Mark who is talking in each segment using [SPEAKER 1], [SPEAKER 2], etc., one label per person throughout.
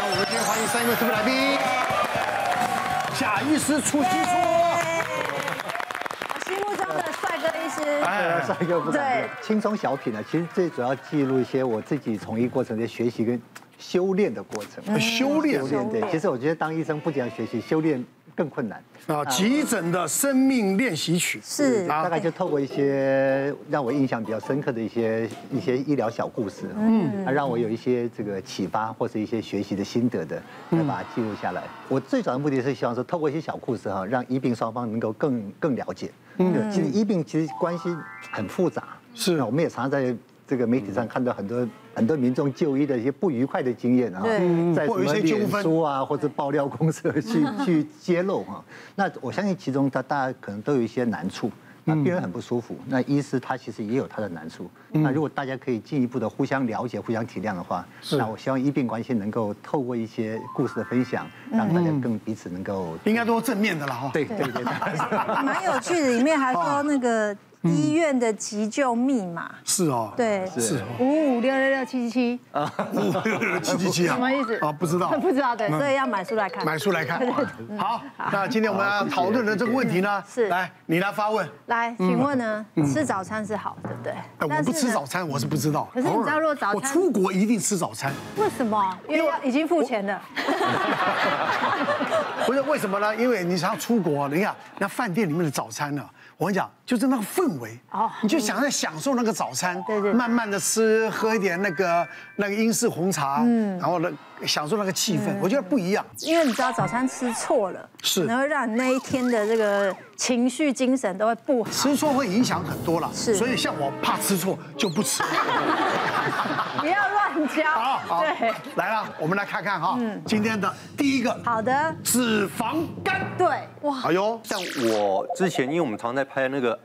[SPEAKER 1] 迎我们特别来宾贾医师出新书。
[SPEAKER 2] 心目中的帅哥医师，
[SPEAKER 1] 哎，帅哥不敢
[SPEAKER 2] 对
[SPEAKER 1] 当，轻松小品呢，啊其实最主要记录一些我自己从医过程的学习跟修炼的过程。
[SPEAKER 3] 修炼
[SPEAKER 1] 嗯修炼对，其实我觉得当医生不仅要学习，修炼更困难。
[SPEAKER 3] 啊，急诊的生命练习曲啊
[SPEAKER 2] 是
[SPEAKER 1] 大概就透过一些让我印象比较深刻的一些一些医疗小故事，嗯，啊让我有一些这个启发或是一些学习的心得的，来把它记录下来。我最主要的目的是希望说，透过一些小故事哈，让医病双方能够更更了解。嗯，其实医病其实关系很复杂，
[SPEAKER 3] 是
[SPEAKER 1] 那我们也常常在这个媒体上看到很多很多民众就医的一些不愉快的经验啊，
[SPEAKER 2] 对
[SPEAKER 1] 在什
[SPEAKER 3] 或有一
[SPEAKER 1] 么
[SPEAKER 3] 些纠
[SPEAKER 1] 脸
[SPEAKER 3] 纷
[SPEAKER 1] 书书啊，或者爆料公社去去揭露哈。那我相信其中他大家可能都有一些难处，那病人很不舒服，那医师他其实也有他的难处。那如果大家可以进一步的互相了解、互相体谅的话，那我希望医病关系能够透过一些故事的分享，让大家更彼此能够
[SPEAKER 3] 应该都是正面的了哈。
[SPEAKER 1] 对对对对。
[SPEAKER 2] 蛮有趣的。里面还
[SPEAKER 3] 啊
[SPEAKER 2] 说那个
[SPEAKER 3] 嗯
[SPEAKER 2] 医院的急救密码，
[SPEAKER 3] 是哦，
[SPEAKER 2] 对，
[SPEAKER 3] 是哦，
[SPEAKER 4] 五五六六六七七七，
[SPEAKER 3] 五六六 七七七啊，
[SPEAKER 4] 什么意思
[SPEAKER 3] 啊，不知道，
[SPEAKER 4] 不知道对。
[SPEAKER 2] 所以要买书来看。
[SPEAKER 3] 买书来看。好，那今天我们要
[SPEAKER 1] 谢谢
[SPEAKER 3] 讨论的这个问题呢，
[SPEAKER 2] 是
[SPEAKER 3] 来你来发问。
[SPEAKER 2] 来，请问呢，吃早餐是好，对不对？
[SPEAKER 3] 嗯哎，我
[SPEAKER 2] 但是
[SPEAKER 3] 不
[SPEAKER 2] 呢
[SPEAKER 3] 吃早，餐，我是不知道。
[SPEAKER 4] 可是你知道
[SPEAKER 3] 偶尔
[SPEAKER 4] 如果早餐
[SPEAKER 3] 我出国一定吃早餐，
[SPEAKER 4] 为什么？因为要已经付钱 了。
[SPEAKER 3] 不是为什么呢？因为你想要出国，你看那饭店里面的早餐呢、我跟你讲，就是那个氛围
[SPEAKER 4] 哦
[SPEAKER 3] 你就想在享受那个早餐，
[SPEAKER 4] 对对对
[SPEAKER 3] 慢慢的吃，喝一点那个那个英式红茶，嗯，然后呢享受那个气
[SPEAKER 4] 嗯
[SPEAKER 3] 氛，我觉得不一样。
[SPEAKER 2] 因为你知道早餐吃错了，
[SPEAKER 3] 是
[SPEAKER 2] 可能会让你那一天的这个情绪、精神都会不好。
[SPEAKER 3] 吃错会影响很多啦，
[SPEAKER 2] 是
[SPEAKER 3] 所以像我怕吃错就 不吃。
[SPEAKER 4] 不要乱
[SPEAKER 3] 好
[SPEAKER 4] 教。
[SPEAKER 3] 好
[SPEAKER 4] 对，，嗯
[SPEAKER 3] 来了，我们来看看哈，今天的第一个
[SPEAKER 2] 好的，
[SPEAKER 3] 脂肪肝，
[SPEAKER 2] 对，哇，
[SPEAKER 3] 哎呦，
[SPEAKER 5] 像我之前，因为我们常在拍那个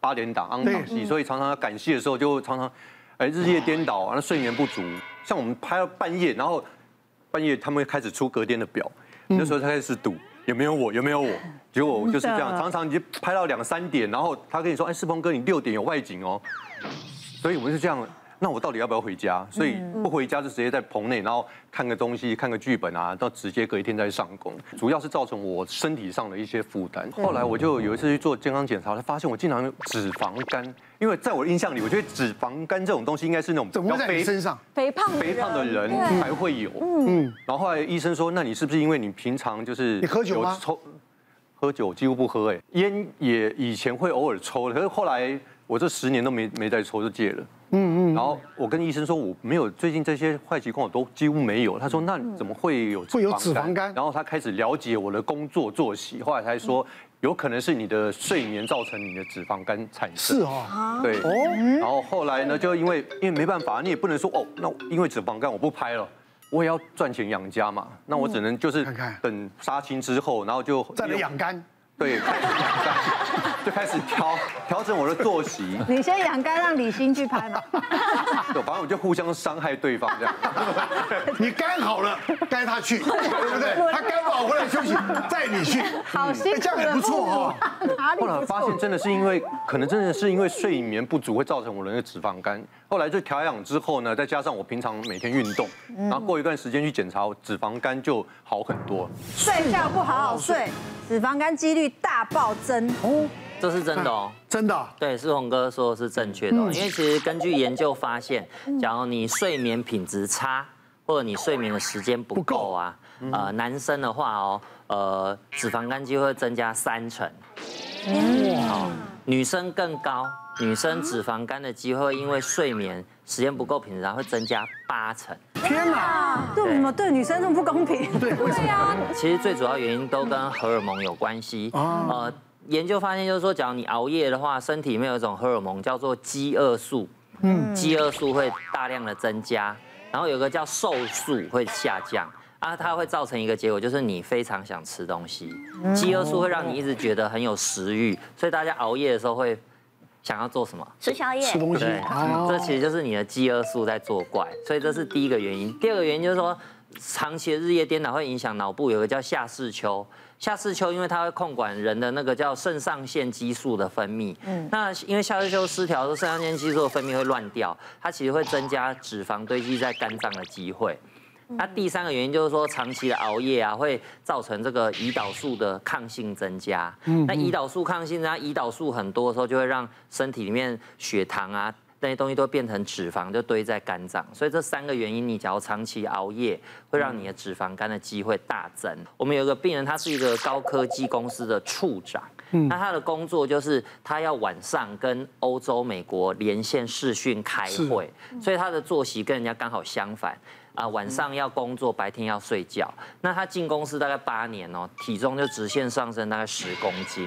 [SPEAKER 5] 八点档、昂档戏，嗯所以常常要赶戏的时候，就常常哎日夜颠倒，然后睡眠不足。像我们拍到半夜，然后半夜他们开始出隔天的表，那时候才开始赌有没有我，有没有我。结果就是这样，常常已经拍到两三点，然后他跟你说：“哎，世鹏哥，你六点有外景哦。”所以我们就这样，那我到底要不要回家？所以不回家就直接在棚内，然后看个东西、看个剧本啊，到直接隔一天再上工，主要是造成我身体上的一些负担。后来我就有一次去做健康检查，才发现我经常有脂肪肝，因为在我的印象里，我觉得脂肪肝这种东西应该是那种
[SPEAKER 3] 怎
[SPEAKER 5] 比
[SPEAKER 3] 么
[SPEAKER 5] 较
[SPEAKER 3] 会在你
[SPEAKER 5] 肥
[SPEAKER 3] 身上？
[SPEAKER 2] 肥胖
[SPEAKER 5] 肥胖的人
[SPEAKER 2] 对
[SPEAKER 5] 才会有。嗯，然后后来医生说，那你是不是因为你平常就是
[SPEAKER 3] 你喝酒吗
[SPEAKER 5] 有抽喝酒几乎不喝，哎，烟也以前会偶尔抽，可是后来我这十年都没没再抽，就戒了。嗯嗯。然后我跟医生说我没有，最近这些坏习惯我都几乎没有。他说那怎么会有
[SPEAKER 3] 会有脂肪肝
[SPEAKER 5] 然后他开始了解我的工作作息，后来才说有可能是你的睡眠造成你的脂肪肝产生。
[SPEAKER 3] 是
[SPEAKER 4] 啊
[SPEAKER 3] 哦，
[SPEAKER 5] 对，然后后来呢，就因为因为没办法，你也不能说哦，那因为脂肪肝我不拍了。我也要赚钱养家嘛，那我只能就是
[SPEAKER 3] 嗯看看
[SPEAKER 5] 等杀青之后，然后就
[SPEAKER 3] 再来养肝，
[SPEAKER 5] 对， 开始养肝就开始调调整我的作息，
[SPEAKER 4] 你先养肝，让李欣去拍嘛。
[SPEAKER 5] 对，反正我就互相伤害对方这样。
[SPEAKER 3] 你肝好了该他去，对不对？他肝不好回来 休息，带你去，
[SPEAKER 4] 好辛
[SPEAKER 3] 哎
[SPEAKER 4] 苦
[SPEAKER 3] 这样也
[SPEAKER 4] 的
[SPEAKER 3] 不错 哦。
[SPEAKER 4] 父母，哪里
[SPEAKER 5] 后来
[SPEAKER 4] 不
[SPEAKER 5] 发
[SPEAKER 4] 错
[SPEAKER 5] 现？真的是因为，可能真的是因为睡眠不足会造成我的那个脂肪肝。后来就调养之后呢，再加上我平常每天运动，
[SPEAKER 3] 嗯
[SPEAKER 5] 然后过一段时间去检查，我脂肪肝就好很多。
[SPEAKER 2] 睡觉不好好睡，脂肪肝几率大暴增。
[SPEAKER 6] 这是真的哦。
[SPEAKER 3] 真的啊，
[SPEAKER 6] 对，志宏哥说的是正确的哦、因为其实根据研究发现，假如你睡眠品质差，或者你睡眠的时间不够啊，呃，男生的话哦，呃，脂肪肝机会增加三成，哦，女生更高，女生脂肪肝的机会因为睡眠时间不够品质差会增加八成。
[SPEAKER 3] 天哪！
[SPEAKER 2] 啊，对我们对女生这么不公平。
[SPEAKER 3] 对，为什么？
[SPEAKER 6] 其实最主要原因都跟荷尔蒙有关系。呃，研究发现就是说，假如你熬夜的话，身体里面有一种荷尔蒙叫做饥饿素，嗯，饥饿素会大量的增加，然后有个叫瘦素会下降。啊，它会造成一个结果，就是你非常想吃东西，饥饿素会让你一直觉得很有食欲，所以大家熬夜的时候会想要做什么？
[SPEAKER 7] 吃宵
[SPEAKER 4] 哎
[SPEAKER 7] 夜，
[SPEAKER 3] 吃东西
[SPEAKER 6] 对，嗯
[SPEAKER 3] 哦
[SPEAKER 6] 这其实就是你的饥饿素在作怪，所以这是第一个原因。第二个原因就是说，长期的日夜颠倒会影响脑部有个叫下视丘。下视丘因为它会控管人的那个叫肾上腺激素的分泌，嗯，那因为下视丘失调，的时候，肾上腺激素的分泌会乱掉，它其实会增加脂肪堆积在肝脏的机会。那第三个原因就是说，长期的熬夜啊，会造成这个胰岛素的抗性增加。那胰岛素抗性增加，胰岛素很多的时候就会让身体里面血糖啊那些东西都变成脂肪，就堆在肝脏。所以这三个原因，你只要长期熬夜，会让你的脂肪肝的机会大增。我们有一个病人，他是一个高科技公司的处长，那他的工作就是他要晚上跟欧洲、美国连线视讯开会，所以他的作息跟人家刚好相反。啊，晚上要工作，白天要睡觉。那他进公司大概八年哦，体重就直线上升大概十公斤。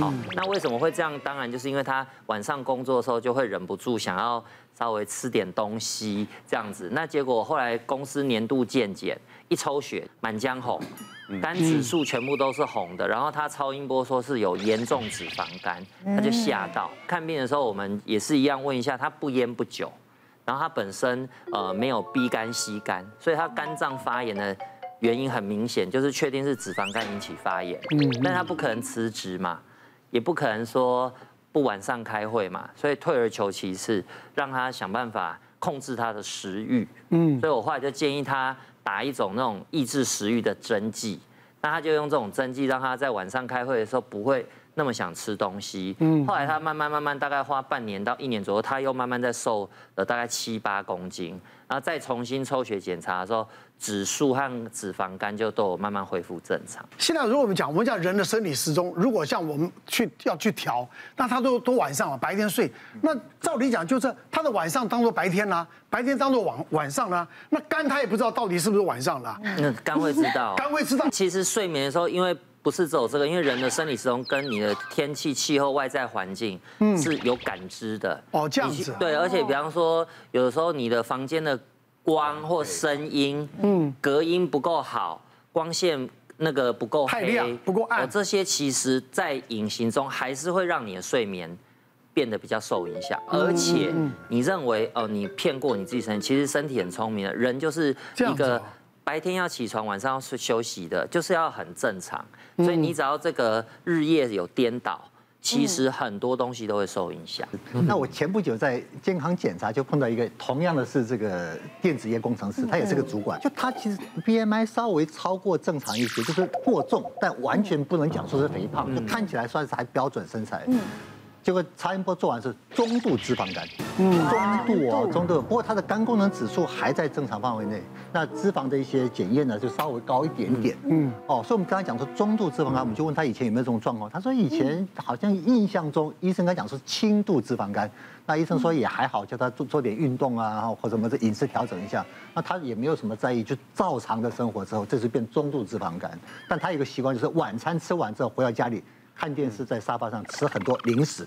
[SPEAKER 6] 好，那为什么会这样？当然就是因为他晚上工作的时候就会忍不住想要稍微吃点东西这样子。那结果后来公司年度健检一抽血，满江红，肝指数全部都是红的。然后他超音波说是有严重脂肪肝，他就吓到。看病的时候我们也是一样问一下，他不烟不酒。然后他本身呃没有 B 肝 C 肝，所以他肝脏发炎的原因很明显，就是确定是脂肪肝引起发炎。嗯，但他不可能辞职嘛，也不可能说不晚上开会嘛，所以退而求其次，让他想办法控制他的食欲。嗯，所以我后来就建议他打一种那种抑制食欲的针剂，那他就用这种针剂让他在晚上开会的时候不会。那么想吃东西，后来他慢慢慢慢，大概花半年到一年左右，他又慢慢在瘦了大概七八公斤，然后再重新抽血检查的时候，指数和脂肪肝就都有慢慢恢复正常。
[SPEAKER 3] 现在如果我们讲，我们讲人的生理时钟，如果像我们去要去调，那他都都晚上了，白天睡，那照理讲就是他的晚上当做白天啦、白天当做晚晚上啦、那肝他也不知道到底是不是晚上啦、
[SPEAKER 4] 嗯
[SPEAKER 6] 那肝会知道，哦
[SPEAKER 3] 肝会知道
[SPEAKER 6] 其实睡眠的时候，因为不是只有这个，因为人的生理时钟跟你的天气、气候、外在环境是有感知的。
[SPEAKER 3] 嗯哦这样子啊
[SPEAKER 6] 对，而且比方说，有的时候你的房间的光或声音，嗯，隔音不够好，光线。那个不够
[SPEAKER 3] 太
[SPEAKER 6] 黑
[SPEAKER 3] 亮不够暗
[SPEAKER 6] 哦这些其实在隐形中还是会让你的睡眠变得比较受影响，
[SPEAKER 3] 嗯
[SPEAKER 6] 而且你认为哦，你骗过你自己身体，其实身体很聪明的，人就是
[SPEAKER 3] 这
[SPEAKER 6] 一
[SPEAKER 3] 样子哦
[SPEAKER 6] 个白天要起床，晚上要睡休息的，就是要很正常。所以
[SPEAKER 3] 嗯
[SPEAKER 6] 你只要这个日夜有颠倒，其实很多东西都会受影响。
[SPEAKER 1] 那我前不久在健康检查就碰到一个，同样的是这个电子业工程师，他也是个主管，就他其实 BMI 稍微超过正常一些，就是过重，但完全不能讲说是肥胖，就看起来算是还标准身材。结果超音波做完是中度脂肪肝，中度哦，中度。不过它的肝功能指数还在正常范围内，那脂肪的一些检验呢就稍微高一点点。嗯，哦，所以我们刚才讲说中度脂肪肝，我们就问他以前有没有这种状况，他说以前好像印象中医生跟他讲说轻度脂肪肝，那医生说也还好，叫他做做点运动啊，或者什么这饮食调整一下，那他也没有什么在意，就照常的生活之后，这是变中度脂肪肝。但他有一个习惯就是晚餐吃完之后回到家里。看电视在沙发上吃很多零食，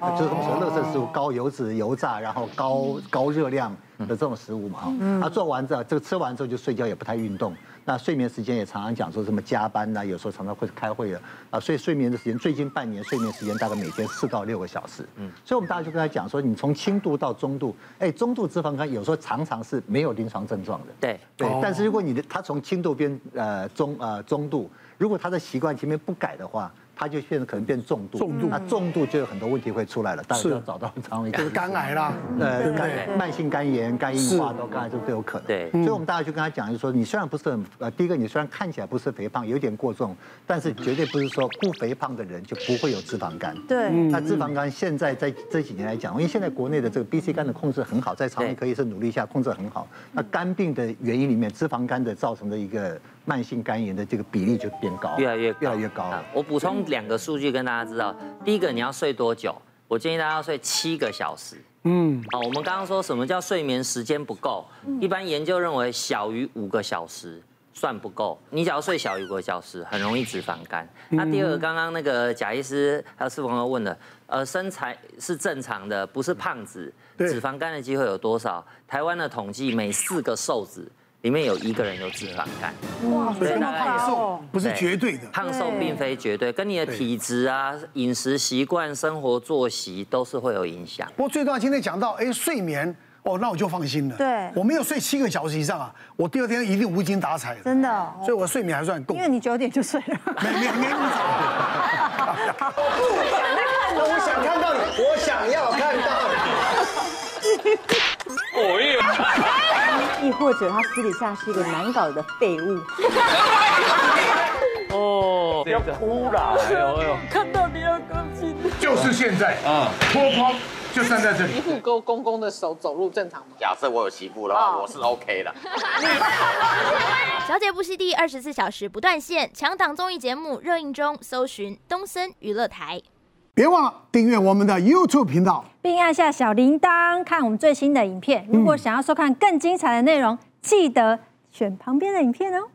[SPEAKER 1] 就是我们说垃圾食物，高油脂、油炸，然后高高热量的这种食物嘛。哈，他做完之后，这个吃完之后就睡觉，也不太运动。那睡眠时间也常常讲说什么加班呐、有时候常常会开会的啊，所以睡眠的时间最近半年睡眠时间大概每天四到六个小时。嗯，所以我们大家就跟他讲说，你从轻度到中度，哎，中度脂肪肝有时候常常是没有临床症状的。
[SPEAKER 6] 对
[SPEAKER 1] 对，
[SPEAKER 3] 哦
[SPEAKER 1] 但是如果你的他从轻度变呃中呃中度，如果他的习惯前面不改的话，他就变得可能变重度，重度，那重度就有很多问题会出来了，当然要找到肠胃科
[SPEAKER 3] 就是肝癌啦。
[SPEAKER 1] 呃，
[SPEAKER 6] 对
[SPEAKER 1] 肝慢性肝炎、肝硬化都肝癌都都有可能。
[SPEAKER 6] 对
[SPEAKER 1] 所以我们大家就跟他讲，就是说你虽然不是很呃，第一个你虽然看起来不是肥胖，有点过重，但是绝对不是说不肥胖的人就不会有脂肪肝。
[SPEAKER 6] 嗯
[SPEAKER 2] 对，
[SPEAKER 1] 那脂肪肝现在在这几年来讲，因为现在国内的这个 B C 肝的控制很好，在肠胃科医生努力下控制很好。那肝病的原因里面，脂肪肝的造成的一个慢性肝炎的这个比例就变高，
[SPEAKER 6] 越来越高
[SPEAKER 1] 越来越高
[SPEAKER 6] 啊。我补充两个数据跟大家知道，第一个你要睡多久？我建议大家要睡七个小时。嗯，好，我们刚刚说什么叫睡眠时间不够？
[SPEAKER 1] 嗯
[SPEAKER 6] 一般研究认为小于五个小时算不够。你只要睡小于五个小时，很容易脂肪肝。
[SPEAKER 1] 嗯
[SPEAKER 6] 那第二个，刚刚那个贾医师还有四朋友问的，呃，身材是正常的，不是胖子，
[SPEAKER 3] 对
[SPEAKER 6] 脂肪肝的机会有多少？台湾的统计，每四个瘦子里面有一个人有脂肪肝。
[SPEAKER 4] 哇，
[SPEAKER 6] 所以
[SPEAKER 4] 这么
[SPEAKER 6] 大概
[SPEAKER 4] 高
[SPEAKER 3] 瘦
[SPEAKER 4] 哦，
[SPEAKER 3] 不是
[SPEAKER 6] 对
[SPEAKER 3] 绝对的，
[SPEAKER 6] 胖瘦并非绝对，跟你的体质啊、饮食习惯、生活作息都是会有影响。
[SPEAKER 3] 不过最重要，今天讲到哎睡眠哦，那我就放心了。
[SPEAKER 2] 对
[SPEAKER 3] 我没有睡七个小时以上啊，我第二天一定无精打采的。
[SPEAKER 2] 真的哦
[SPEAKER 3] 所以我睡眠还算够
[SPEAKER 2] 因。为你九点就睡了。
[SPEAKER 3] 没没没那么早
[SPEAKER 7] 我想看到你，我想要看到你。
[SPEAKER 8] 哦耶！ 亦或者他私底下是一个难搞的废物。
[SPEAKER 6] 哦，不要哭了，哎呦哎呦，
[SPEAKER 9] 看到你要更新，
[SPEAKER 10] 就是现在啊，脱光就站在这里
[SPEAKER 9] 媳。妇勾公公的手走路正常吗？
[SPEAKER 11] 假设我有媳妇的话，我是 OK 的。
[SPEAKER 12] 小姐不息地二十四小时不断线，强档综艺节目热映中，搜寻东森娱乐台。
[SPEAKER 3] 别忘了订阅我们的 YouTube 频道。
[SPEAKER 2] 并按下小铃铛看我们最新的影片。如果想要收看更精彩的内容，记得选旁边的影片哦。